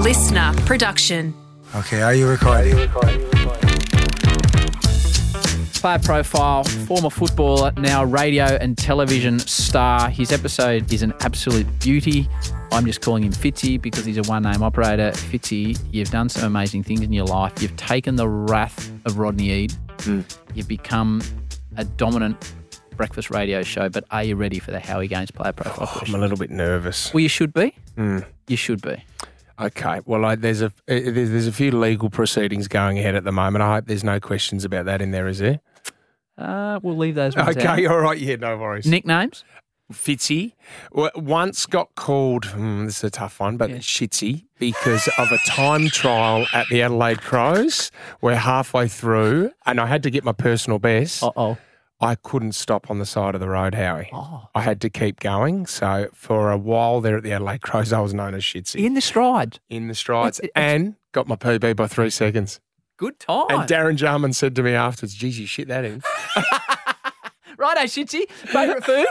listener production. Okay, are you recording? Player profile, former footballer, now radio and television star. His episode is an absolute beauty. I'm just calling him Fitzy because he's a one name operator. Fitzy, you've done some amazing things in your life. You've taken the wrath of Rodney Eade. You've become a dominant breakfast radio show. But are you ready for the Howie Gaines player profile I'm question? a little bit nervous. Well, you should be. You should be. Okay. Well, I, there's a eh, there's, there's a few legal proceedings going ahead at the moment. I hope there's no questions about that in there, is there? Uh, we'll leave those ones out. Okay. All right. Yeah. No worries. Nicknames? Fitzy w- once got called, hmm, this is a tough one, but Yeah. Shitsy because of a time trial at the Adelaide Crows. We're halfway through, and I had to get my personal best. Uh oh. I couldn't stop on the side of the road, Howie. I had to keep going. So for a while there at the Adelaide Crows, I was known as Shitsy in, In the stride. the strides It- it- and got my PB by three seconds. Good time. And Darren Jarman said to me afterwards, geez, you shit that in. Righto, Shitzy. Favourite food?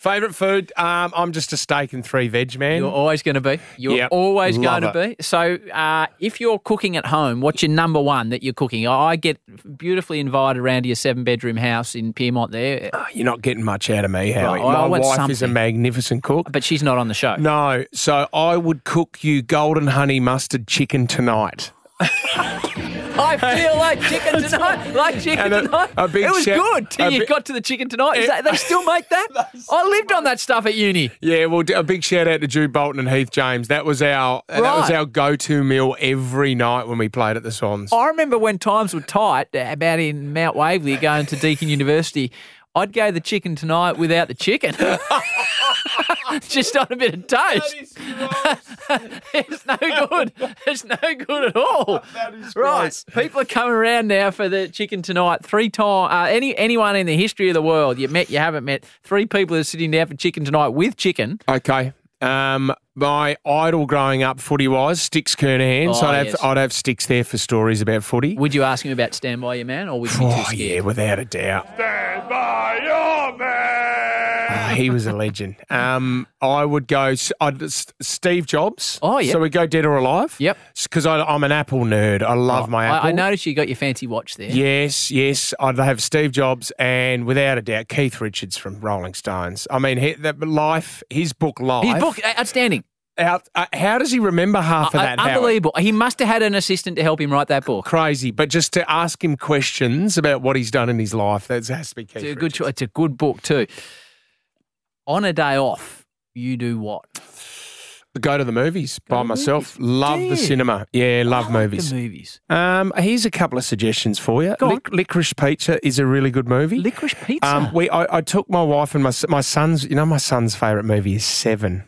Favourite food? Um, I'm just a steak and three veg man. You're always going to be. You're Yep. always Love going to be. So, uh, if you're cooking at home, what's your number one that you're cooking? I get beautifully invited around to your seven bedroom house in Piermont there, You're not getting much out of me, Howie. Well, I- I My want wife is a something. magnificent cook. but she's not on the show. No, so I would cook you golden honey mustard chicken tonight. I feel like chicken tonight. Like chicken And a- tonight. a big it was chef- good till a you bi- got to the chicken tonight. Is that, they still make that? I lived on that stuff at uni. Yeah, well, d- a big shout out to Jude Bolton and Heath James. That was our that was Right. our go to meal every night when we played at the Swans. I remember when times were tight, uh, about in Mount Waverley, going to Deakin University. I'd go the chicken tonight without the chicken, just on a bit of toast. It's no good. It's no good at all. Right, people are coming around now for the chicken tonight. Three time, uh, any anyone in the history of the world you met, you haven't met. Three people are sitting down for chicken tonight with chicken. okay. Um, my idol growing up, footy wise, Sticks Kernahan. so Oh, I'd have, yes. I'd have Sticks there for stories about footy. Would you ask him about Stand By Your Man, or would you be too Oh, scared? yeah, without a doubt. Stand by your man. Oh, he was a legend. Um, I would go s- I'd, S- Steve Jobs. Oh, yeah. So we go dead or alive. Yep. Oh, Because I'm an Apple nerd. I love my Apple. I, I noticed you got your fancy watch there. Yes, yes. I'd have Steve Jobs and without a doubt Keith Richards from Rolling Stones. I mean, he, that life, his book life. His book, uh, outstanding. Out, uh, how does he remember half of Uh, that? Howard? unbelievable. He must have had an assistant to help him write that book. Crazy, but just to ask him questions about what he's done in his life, that has to be Keith. It's a good, Richards. cho- it's a good book too. On a day off, you do what? Go to the movies by to the myself. movies. Love the Dude. cinema. Yeah, love I like movies. The movies. Um, here's a couple of suggestions for you. Go on. Licorice Pizza is a really good movie. Licorice Pizza. Um, we, I, I took my wife and my s- my son's. You know, my son's favorite movie is Seven,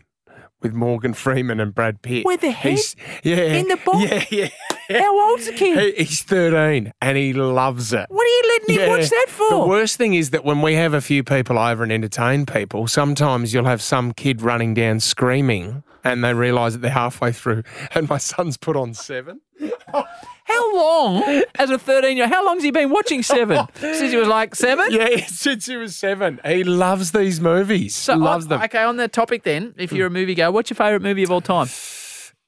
with Morgan Freeman and Brad Pitt. With the He's- yeah, in the box? Yeah, yeah. How old's the kid? He- he's thirteen and he loves it. what are you letting him Yeah. watch that for? The worst thing is that when we have a few people over and entertain people, sometimes you'll have some kid running down screaming, and they realise that they're halfway through. And my son's put on Seven. how long, as a 13 year old, how long's he been watching Seven? Since he was like seven? Yeah, since he was seven, he loves these movies. So loves on, them. Mm. Okay, on the topic then, if you're a movie goer, what's your favourite movie of all time?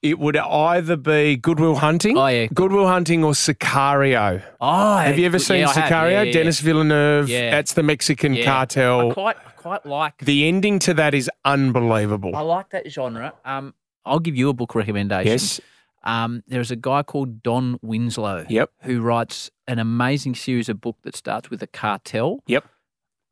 It would either be Goodwill Hunting, Oh, yeah. Goodwill Hunting, or Sicario. Oh, Ah, Have you ever seen Sicario? Dennis Villeneuve. Yeah. That's the Mexican cartel. quite, quite like the ending to that is unbelievable. I like that genre. Um, I'll give you a book recommendation. yes. Um, there's a guy called Don Winslow. Yep. Who writes an amazing series of book that starts with a cartel. Yep.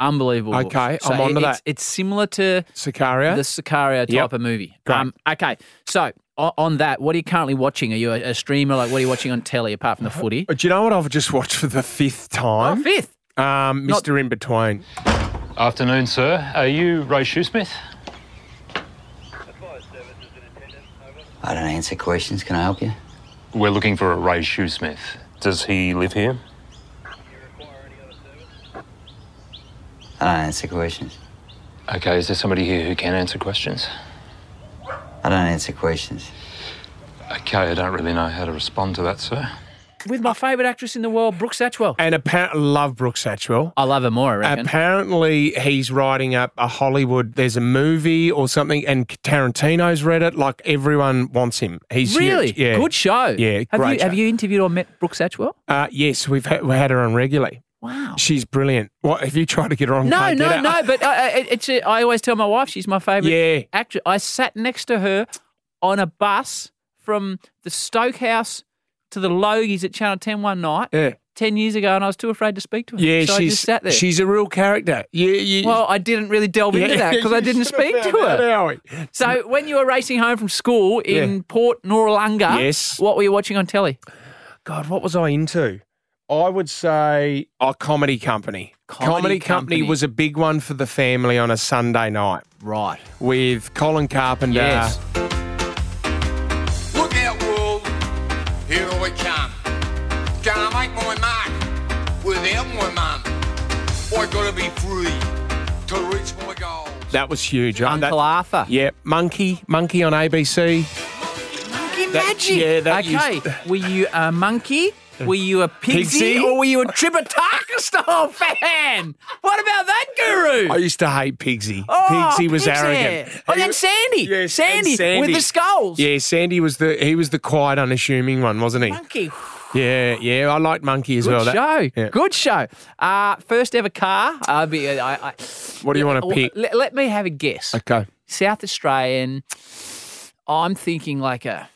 Unbelievable. book. Okay, I'm onto it's, that. It's similar to Sicario. the Sicario type Yep. of movie. Um, Great. okay. So o- on that, what are you currently watching? Are you a, a streamer? Like, what are you watching on telly apart from the footy? Uh, Do Uh-huh. you know what I've just watched for the fifth Oh, time? fifth. Um, Not- Mr. In Between. Afternoon, sir. Are you Ray Shoesmith? I don't answer questions. Can I help you? We're looking for a Ray Shoesmith. Does he live here? I don't answer questions. Okay, is there somebody here who can answer questions? I don't answer questions. Okay, I don't really know how to respond to that, sir. with my favourite actress in the world, Brooke Satchwell. And apparently, love Brooke Satchwell. I love her more, I reckon. Apparently, he's writing up a Hollywood. There's a movie or something, and Tarantino's read it. Like everyone wants him. He's huge. really? Yeah. Good show. Yeah, Have great you have show. you interviewed or met Brooke Satchwell? Uh, yes, we've had, we had her on regularly. Wow. She's brilliant. What have you tried to get her on? No, Can't get no, her. no. But I, I, it's a, I always tell my wife she's my favourite Yeah. actress. I sat next to her on a bus from the Stokehouse to the Logies at Channel Ten one night Yeah, ten years ago, and I was too afraid to speak to her. yeah. so she's I just sat there. she's a real character. Yeah, yeah. well, I didn't really delve into that because I didn't speak to her. So when you were racing home from school in Yeah. Port Noarlunga, Yes. what were you watching on telly? God, what was I into? I would say a comedy company. company. Comedy Company. was a big one for the family on a Sunday night Right. with Colin Carpenter. Yes. Look out, world. Here I come. Gonna make my mark without my mum. I gotta be free to reach my goals. That was huge. Uh, Uncle that, Arthur. Yeah, Monkey, Monkey on ABC. That- Magic. yeah, that okay. used- Uh, Were you a monkey? Were you a pigsy? Pigsy? Or were you a Tripatakistal fan? What about that guru? I used to hate Pigsy. Oh, Pigsy was Pigsy. arrogant. Oh, He- and Sandy. Yes, and Sandy with the skulls. Yeah, Sandy was the he was the quiet, unassuming one, wasn't he? Monkey. Yeah, yeah. I liked Monkey as Good well. That- show. yeah. Good show. Uh, first ever car. I'll be, I, I, What do you want to Well, pick? Let, let me have a guess. Okay. South Australian. I'm thinking like a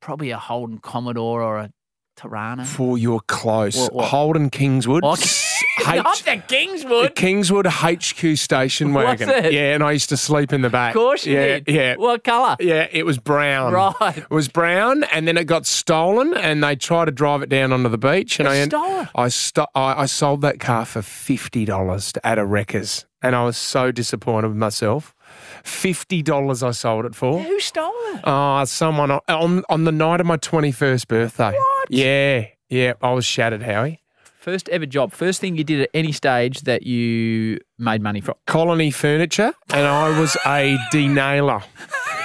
probably a Holden Commodore or a Tirana. For your close, What- what? Holden Kingswood. Oh, S- Not H- the the Kingswood. Kingswood HQ station Was wagon. it? Yeah, and I used to sleep in the back. Of course you yeah, did. Yeah. What colour? Yeah, it was brown. Right. It was brown, and then it got stolen, and they tried to drive it down onto the beach. And They I stole it? I, sto- I I sold that car for fifty dollars at a wreckers, and I was so disappointed with myself. Fifty dollars I sold it for. Who stole it? Ah, someone on- on on the night of my twenty first birthday. What? Yeah, yeah. I was shattered, Howie. First ever job. First thing you did at any stage that you made money from. colony furniture and I was a denailer.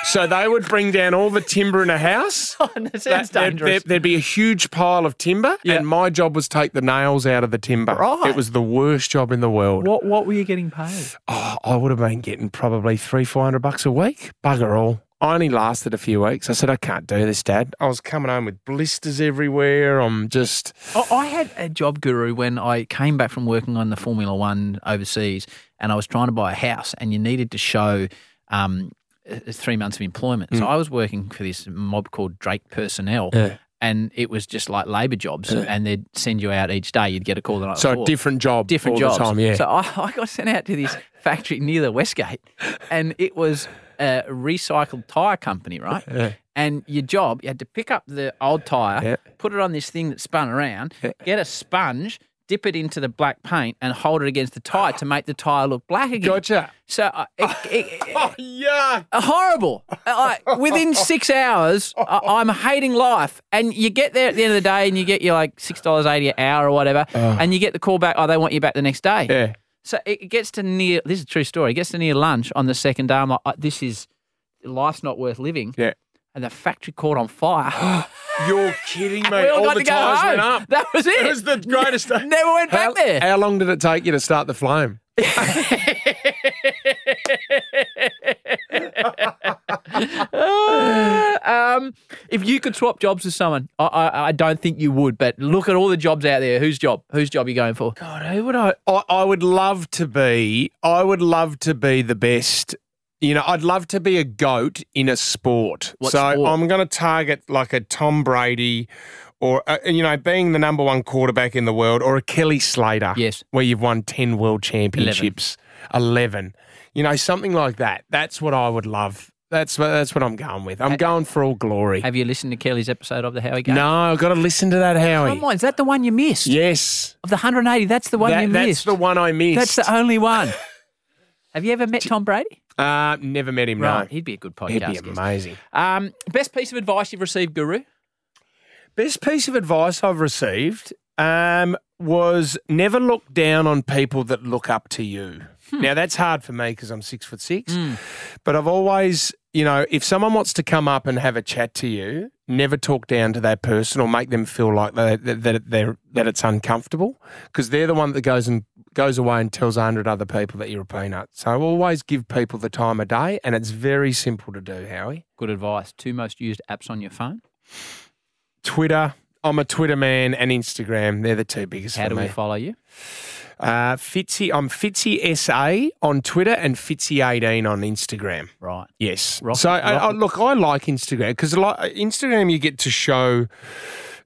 So they would bring down all the timber in a house. that That- sounds there'd, Oh, dangerous. there'd- there'd be a huge pile of timber, Yeah. and my job was take the nails out of the timber. Right. It was the worst job in the world. What What were you getting paid? Oh, I would have been getting probably three, four hundred bucks a week. Bugger all. I only lasted a few weeks. I said, I can't do this, Dad. I was coming home with blisters everywhere. I'm just I I had a job guru when I came back from working on the Formula One overseas, and I was trying to buy a house, and you needed to show um, uh, three months of employment. So I was working for this mob called Drake Personnel. And it was just like labour jobs, and they'd send you out each day. You'd get a call the night so before. a different job, different all jobs. the time. Yeah. So I, I got sent out to this factory near the Westgate, and it was a recycled tire company, right? And your job, you had to pick up the old tire, Yeah. put it on this thing that spun around, get a sponge, dip it into the black paint, and hold it against the tire to make the tire look black again. Gotcha. So I, it, it, Oh, yeah. horrible. Uh, I, within six hours, I, I'm hating life. And you get there at the end of the day, and you get your like six dollars eighty an hour or whatever, and you get the call back. Oh, they want you back the next day. Yeah. So it it gets to near. This is a true story. It gets to near lunch on the second day. I'm like, "Uh, this is life's not worth living. Yeah. And the factory caught on fire. You're kidding me. we all, all got the to go tires home. went up. That was it. It was the greatest. Never went back how, there. How long did it take you to start the flame? um, if you could swap jobs with someone, I, I, I don't think you would. But look at all the jobs out there. Whose job? Whose job are you going for? God, who would I, I? I would love to be. I would love to be the best. You know, I'd love to be a goat in a sport. What so sport? I'm going to target like a Tom Brady. Or uh, you know, being the number one quarterback in the world, or a Kelly Slater, Yes. where you've won ten world championships, eleven, you know, something like that. That's what I would love. That's what that's what I'm going with. I'm going for all glory. Have you listened to Kelly's episode of the Howie Game? No, I've got to listen to that, Howie. Come on, is that the one you missed? Yes. Of the 180, that's the one That- you that's missed. the one I missed. That's the only one. Have you ever met Tom Brady? Uh, never met him, Right, no. he'd be a good He'd be podcast. guest. amazing. Um, best piece of advice you've received, Guru? Best piece of advice I've received um, was never look down on people that look up to you. Now, that's hard for me because I'm six foot six, but I've always, you know, if someone wants to come up and have a chat to you, never talk down to that person or make them feel like they, that that they're that it's uncomfortable because they're the one that goes and goes away and tells a hundred other people that you're a peanut. So always give people the time of day, and it's very simple to do, Howie. Good advice. Two most used apps on your phone. Twitter. I'm a Twitter man and Instagram. They're the two biggest How for do me. we follow you? Uh, Fitzy, I'm Fitzy SA on Twitter and Fitzy18 on Instagram. Right. Yes. Rock- so, I, I, rock- look, I like Instagram because like, Instagram, you get to show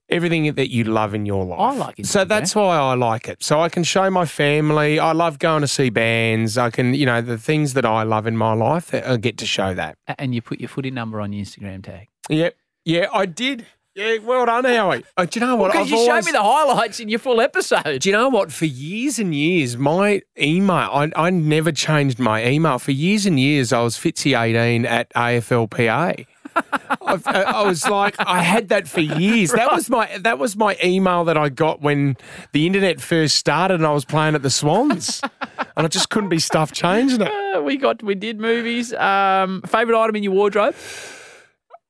everything that you love in your life. I like So Instagram. that's why I like it. So I can show my family. I love going to see bands. I can, you know, the things that I love in my life, uh, I get to show that. A- And you put your footy number on your Instagram tag. Yep. Yeah, I did. Yeah, well done, Howie. Uh, do you know what? Because I've you always- showed me the highlights in your full episode. Do you know what? For years and years, my email, I, I never changed my email. For years and years, I was Fitzy18 at AFLPA. I've- I, I was like, I had that for years. That was my that was my email that I got when the internet first started, and I was playing at the Swans, and I just couldn't be stuffed changing it. Uh, we got we did movies. Um, favorite item in your wardrobe?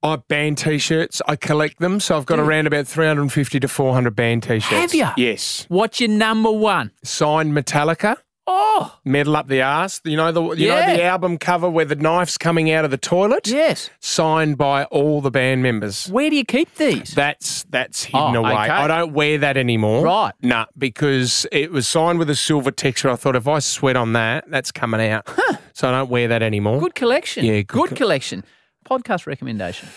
I band t-shirts. I collect them, so I've got around about three hundred and fifty to four hundred band t-shirts. Mm. Have ya? Yes. What's your number one? Signed Metallica. Oh Medal Up the Arse. You know the you know the Yeah. album cover where the knife's coming out of the toilet? yes. Signed by all the band members. Where do you keep these? That's that's hidden Oh, away. okay. I don't wear that anymore. Right. Nah, because it was signed with a silver texture. I thought if I sweat on that, that's coming out. So I don't wear that anymore. good collection. Yeah, good good, co- collection. Podcast recommendation.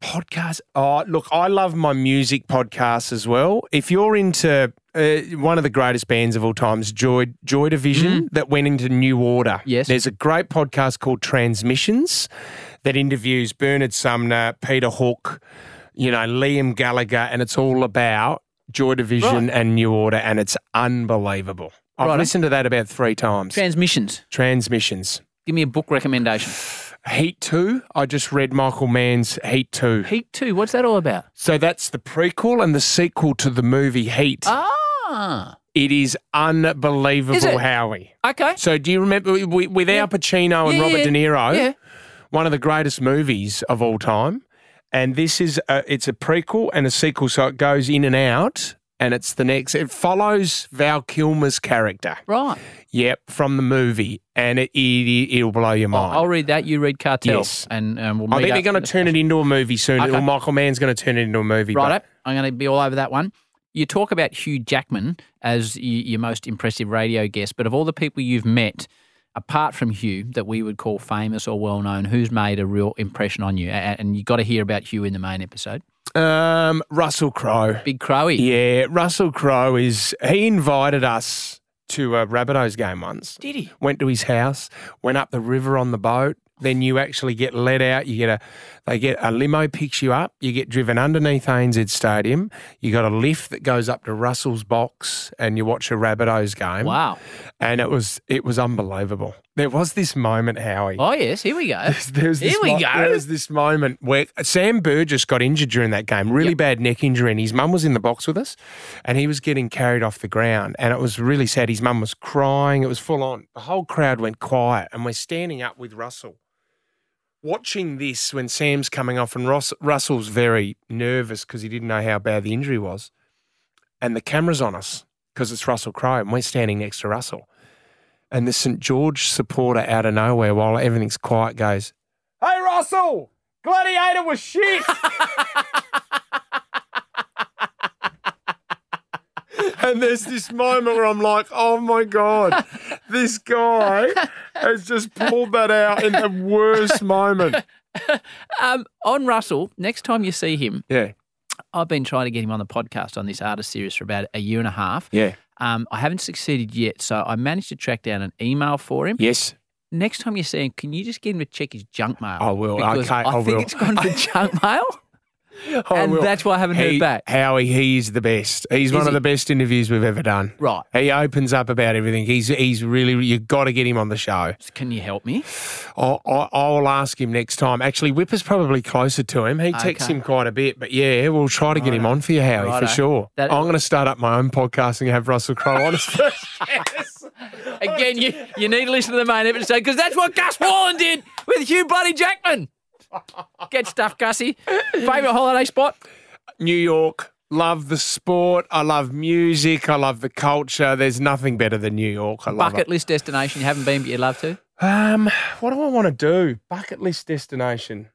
podcast. Oh, look, I love my music podcasts as well. If you're into uh, one of the greatest bands of all times, Joy Joy Division, that went into New Order. Mm. Yes. there's a great podcast called Transmissions that interviews Bernard Sumner, Peter Hook, you know Liam Gallagher, and it's all about Joy Division and New Order, and it's unbelievable. I've Righto. listened to that about three times. Transmissions. Transmissions. Give me a book recommendation. Heat 2. I just read Michael Mann's Heat 2. Heat two. What's that all about? So that's the prequel and the sequel to the movie Heat. Ah. It is unbelievable, Is it? Howie. Okay. So do you remember wi- wi- with Al Pacino and Yeah, Robert yeah. De Niro? Yeah. One of the greatest movies of all time. And this is a, it's a prequel and a sequel, so it goes in and out. And it's the next. It follows Val Kilmer's character. Right. Yep, from the movie, and it, it it'll blow your mind. I'll read that. You read Cartel. Yes. And um, we'll I meet think they're up- going to turn it into a movie soon. Okay. Or Michael Mann's going to turn it into a movie. but- Righto. I'm going to be all over that one. You talk about Hugh Jackman as y- your most impressive radio guest, but of all the people you've met, apart from Hugh, that we would call famous or well known, who's made a real impression on you? A- And you got to hear about Hugh in the main episode. Um, Russell Crowe. Big Crowy. Yeah, Russell Crowe is. He invited us to a Rabbitohs game once. Did he? Went to his house. Went up the river on the boat. Then you actually get let out. You get a, they get a limo picks you up. You get driven underneath ANZ Stadium. You got a lift that goes up to Russell's box, and you watch a Rabbitohs game. Wow. And it was it was unbelievable. There was this moment, Howie. Oh, yes. Here we go. There was this Here we mo- go. There was this moment where Sam Burgess got injured during that game, really bad neck injury, and his mum was in the box with us, and he was getting carried off the ground, and it was really sad. His mum was crying; it was full on. The whole crowd went quiet, and we're standing up with Russell, watching this when Sam's coming off, and Ross- Russell's very nervous because he didn't know how bad the injury was, and the camera's on us because it's Russell Crowe, and we're standing next to Russell. And the St George supporter out of nowhere, while everything's quiet, goes, Hey, Russell, Gladiator was shit. and there's this moment where I'm like, oh my God, this guy has just pulled that out in the worst moment. Um, on Russell, next time you see him, Yeah. I've been trying to get him on the podcast on this artist series for about a year and a half. Yeah. Um, I haven't succeeded yet, so I managed to track down an email for him. Yes. next time you see him, can you just get him to check his junk mail? I will. Because Okay, I, I think will. it's gone to junk mail, and that's why I haven't heard back. Howie, he's the best. He's one of he? the best interviews we've ever done. Right. He opens up about everything. He's he's really you've got to get him on the show. Can you help me? I'll, I'll I'll ask him next time. Actually, Whipper's probably closer to him. He texts Okay. him quite a bit, but yeah, we'll try to get him on for you, Howie, Righto. for sure. That- I'm going to start up my own podcast and have Russell Crowe on. us. Again, you, you need to listen to the main episode because that's what Gus Wallen did with Hugh Bloody Jackman. Get stuff, Gussie. Favorite holiday spot? New York. Love the sport. I love music. I love the culture. There's nothing better than New York. I love Bucket list destination you haven't been but you'd love to. it. Um, what do I want to do? Bucket list destination.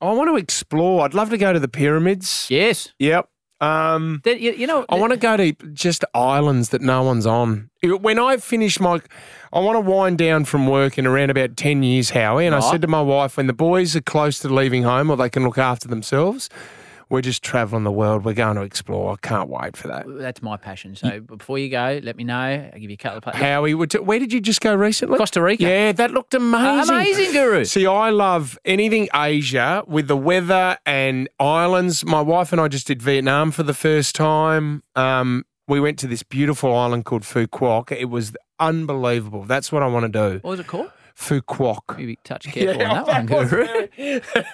I want to explore. I'd love to go to the pyramids. Yes. Yep. Um, That- you, you know, I want to go to just islands that no one's on. When I finish my, I want to wind down from work in around about 10 years, Howie. And I Right. said to my wife, when the boys are close to leaving home or they can look after themselves, we're just traveling the world. We're going to explore. I can't wait for that. that's my passion. So before you go, let me know. I'll give you a couple of places. Howie, would- where did you just go recently? Costa Rica. Uh, Yeah, that looked amazing. Amazing, Guru. See, I love anything Asia with the weather and islands. My wife and I just did Vietnam for the first time. Um, we went to this beautiful island called Phu Quoc. It was unbelievable. That's what I want to do. What was it called? Phu Quoc. Maybe touch careful on that, one, Guru.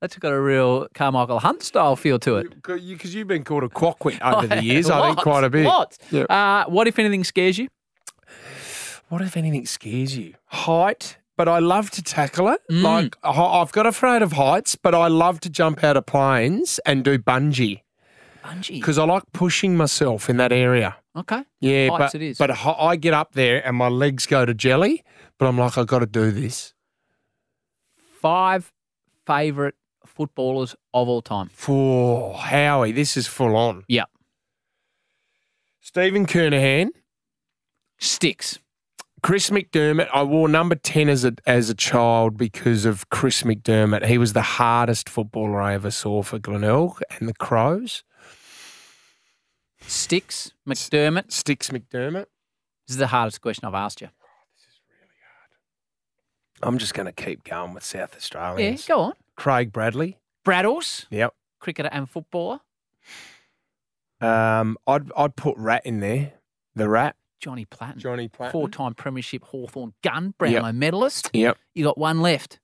That's got a real Carmichael Hunt style feel to it. Because you've been called a quockwit over the years, I think Lots, quite a bit. lots. Yeah. Uh, what if anything scares you? What if anything scares you? Height, but I love to tackle it. Mm. Like I- I've got afraid of heights, but I love to jump out of planes and do bungee Bungee. because I like pushing myself in that area. Okay. Yeah, Heights but it is. but hi- I get up there and my legs go to jelly, but I'm like I got to do this. Five favourite footballers of all time. For Howie, this is full on. Yeah. Stephen Kernahan, Sticks. Chris McDermott. I wore number ten as a as a child because of Chris McDermott. He was the hardest footballer I ever saw for Glenelg and the Crows. Sticks. McDermott. Sticks McDermott. This is the hardest question I've asked you. I'm just going to keep going with South Australians. Yeah, go on. Craig Bradley. Braddles, Yep. cricketer and footballer. Um, I'd I'd put Rat in there. The Rat. Johnny Platten. Johnny Platt. Four time Premiership Hawthorn gun, Brownlow medalist. Yep. You got one left.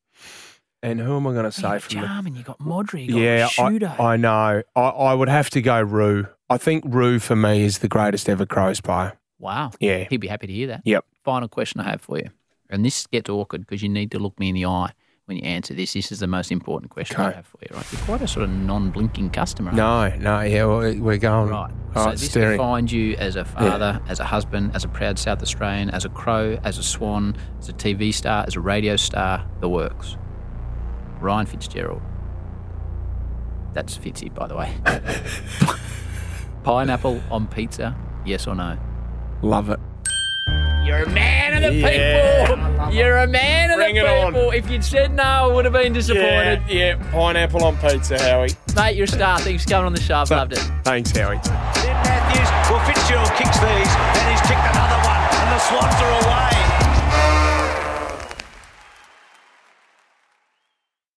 And who am I going to say You got from the? Jarman, you got Modri, you Yeah, got Shudo. I, I know. I, I would have to go Rue. I think Rue for me is the greatest ever Crows player. wow. Yeah. He'd be happy to hear that. Yep. Final question I have for you. And this gets awkward because you need to look me in the eye when you answer this. This is the most important question I Okay. have for you, right? You're quite a sort of non blinking customer. aren't No, no. Yeah, well, we're going you? Right. All so right, this staring. defines you as a father, as a husband, as a proud South Australian, as a crow, as a swan, as a TV star, as a radio star, the works. Ryan Fitzgerald. That's Fitzy, by the way. Pineapple on pizza, yes or no? Love it. You're a man of the Yeah, people. You're a man of Bring the it on. people. If you'd said no, I would have been disappointed. yeah. Pineapple on pizza, Howie. Mate, you're a star. Thanks for coming on the show. I've loved it. Thanks, Howie. In Matthews. Well, Fitzgerald kicks these, and he's kicked another one, and the Swans are away.